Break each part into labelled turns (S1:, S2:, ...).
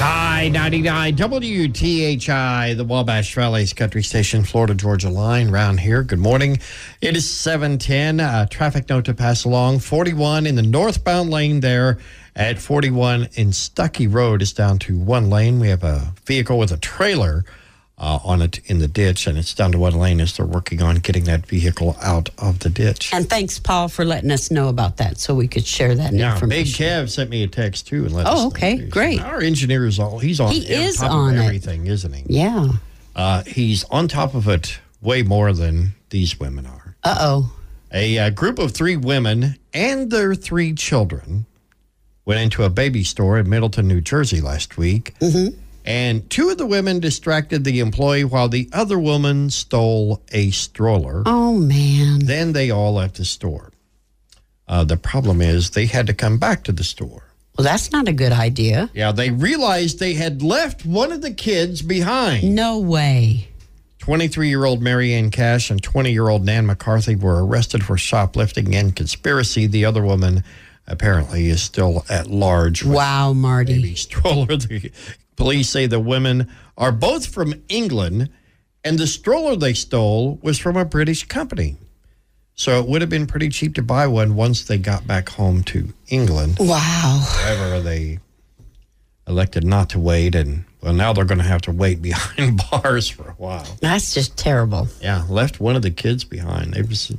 S1: I 99 WTHI, the Wabash Valley's Country Station, Florida Georgia line, round here. Good morning. It is 710. Uh, traffic note to pass along 41 in the northbound lane there at 41 in Stuckey Road is down to one lane. We have a vehicle with a trailer uh, on it in the ditch, and it's down to one lane as they're working on getting that vehicle out of the ditch.
S2: And thanks, Paul, for letting us know about that so we could share that
S1: Yeah, Big
S2: information.
S1: Kev sent me a text too. And let
S2: Oh,
S1: us know,
S2: okay,
S1: too. So
S2: great.
S1: Our engineer is all he's on.
S2: He
S1: on
S2: is
S1: top
S2: on
S1: of
S2: it.
S1: everything, is isn't he?
S2: yeah.
S1: Uh, he's on top of it way more than these women are.
S2: Uh oh.
S1: A uh, group of three women and their three children went into a baby store in Middleton, New Jersey last week. And two of the women distracted the employee while the other woman stole a stroller.
S2: Oh, man.
S1: Then they all left the store. Uh, the problem is they had to come back to the store.
S2: Well, that's not a good idea.
S1: Yeah, they realized they had left one of the kids behind.
S2: No way.
S1: 23 year old Mary Ann Cash and 20 year old Nan McCarthy were arrested for shoplifting and conspiracy. The other woman apparently is still at large with
S2: Wow, Marty.
S1: the stroller. The police say the women are both from England, and the stroller they stole was from a British company. So it would have been pretty cheap to buy one once they got back home to England.
S2: Wow.
S1: However, they elected not to wait, and well, now they're going to have to wait behind bars for a while.
S2: That's just terrible.
S1: Yeah, left one of the kids behind. It was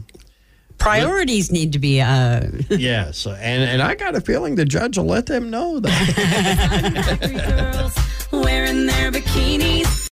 S2: Priorities need to be uh,
S1: yeah. So and and I got a feeling the judge will let them know that.
S3: Country girls wearing their bikinis.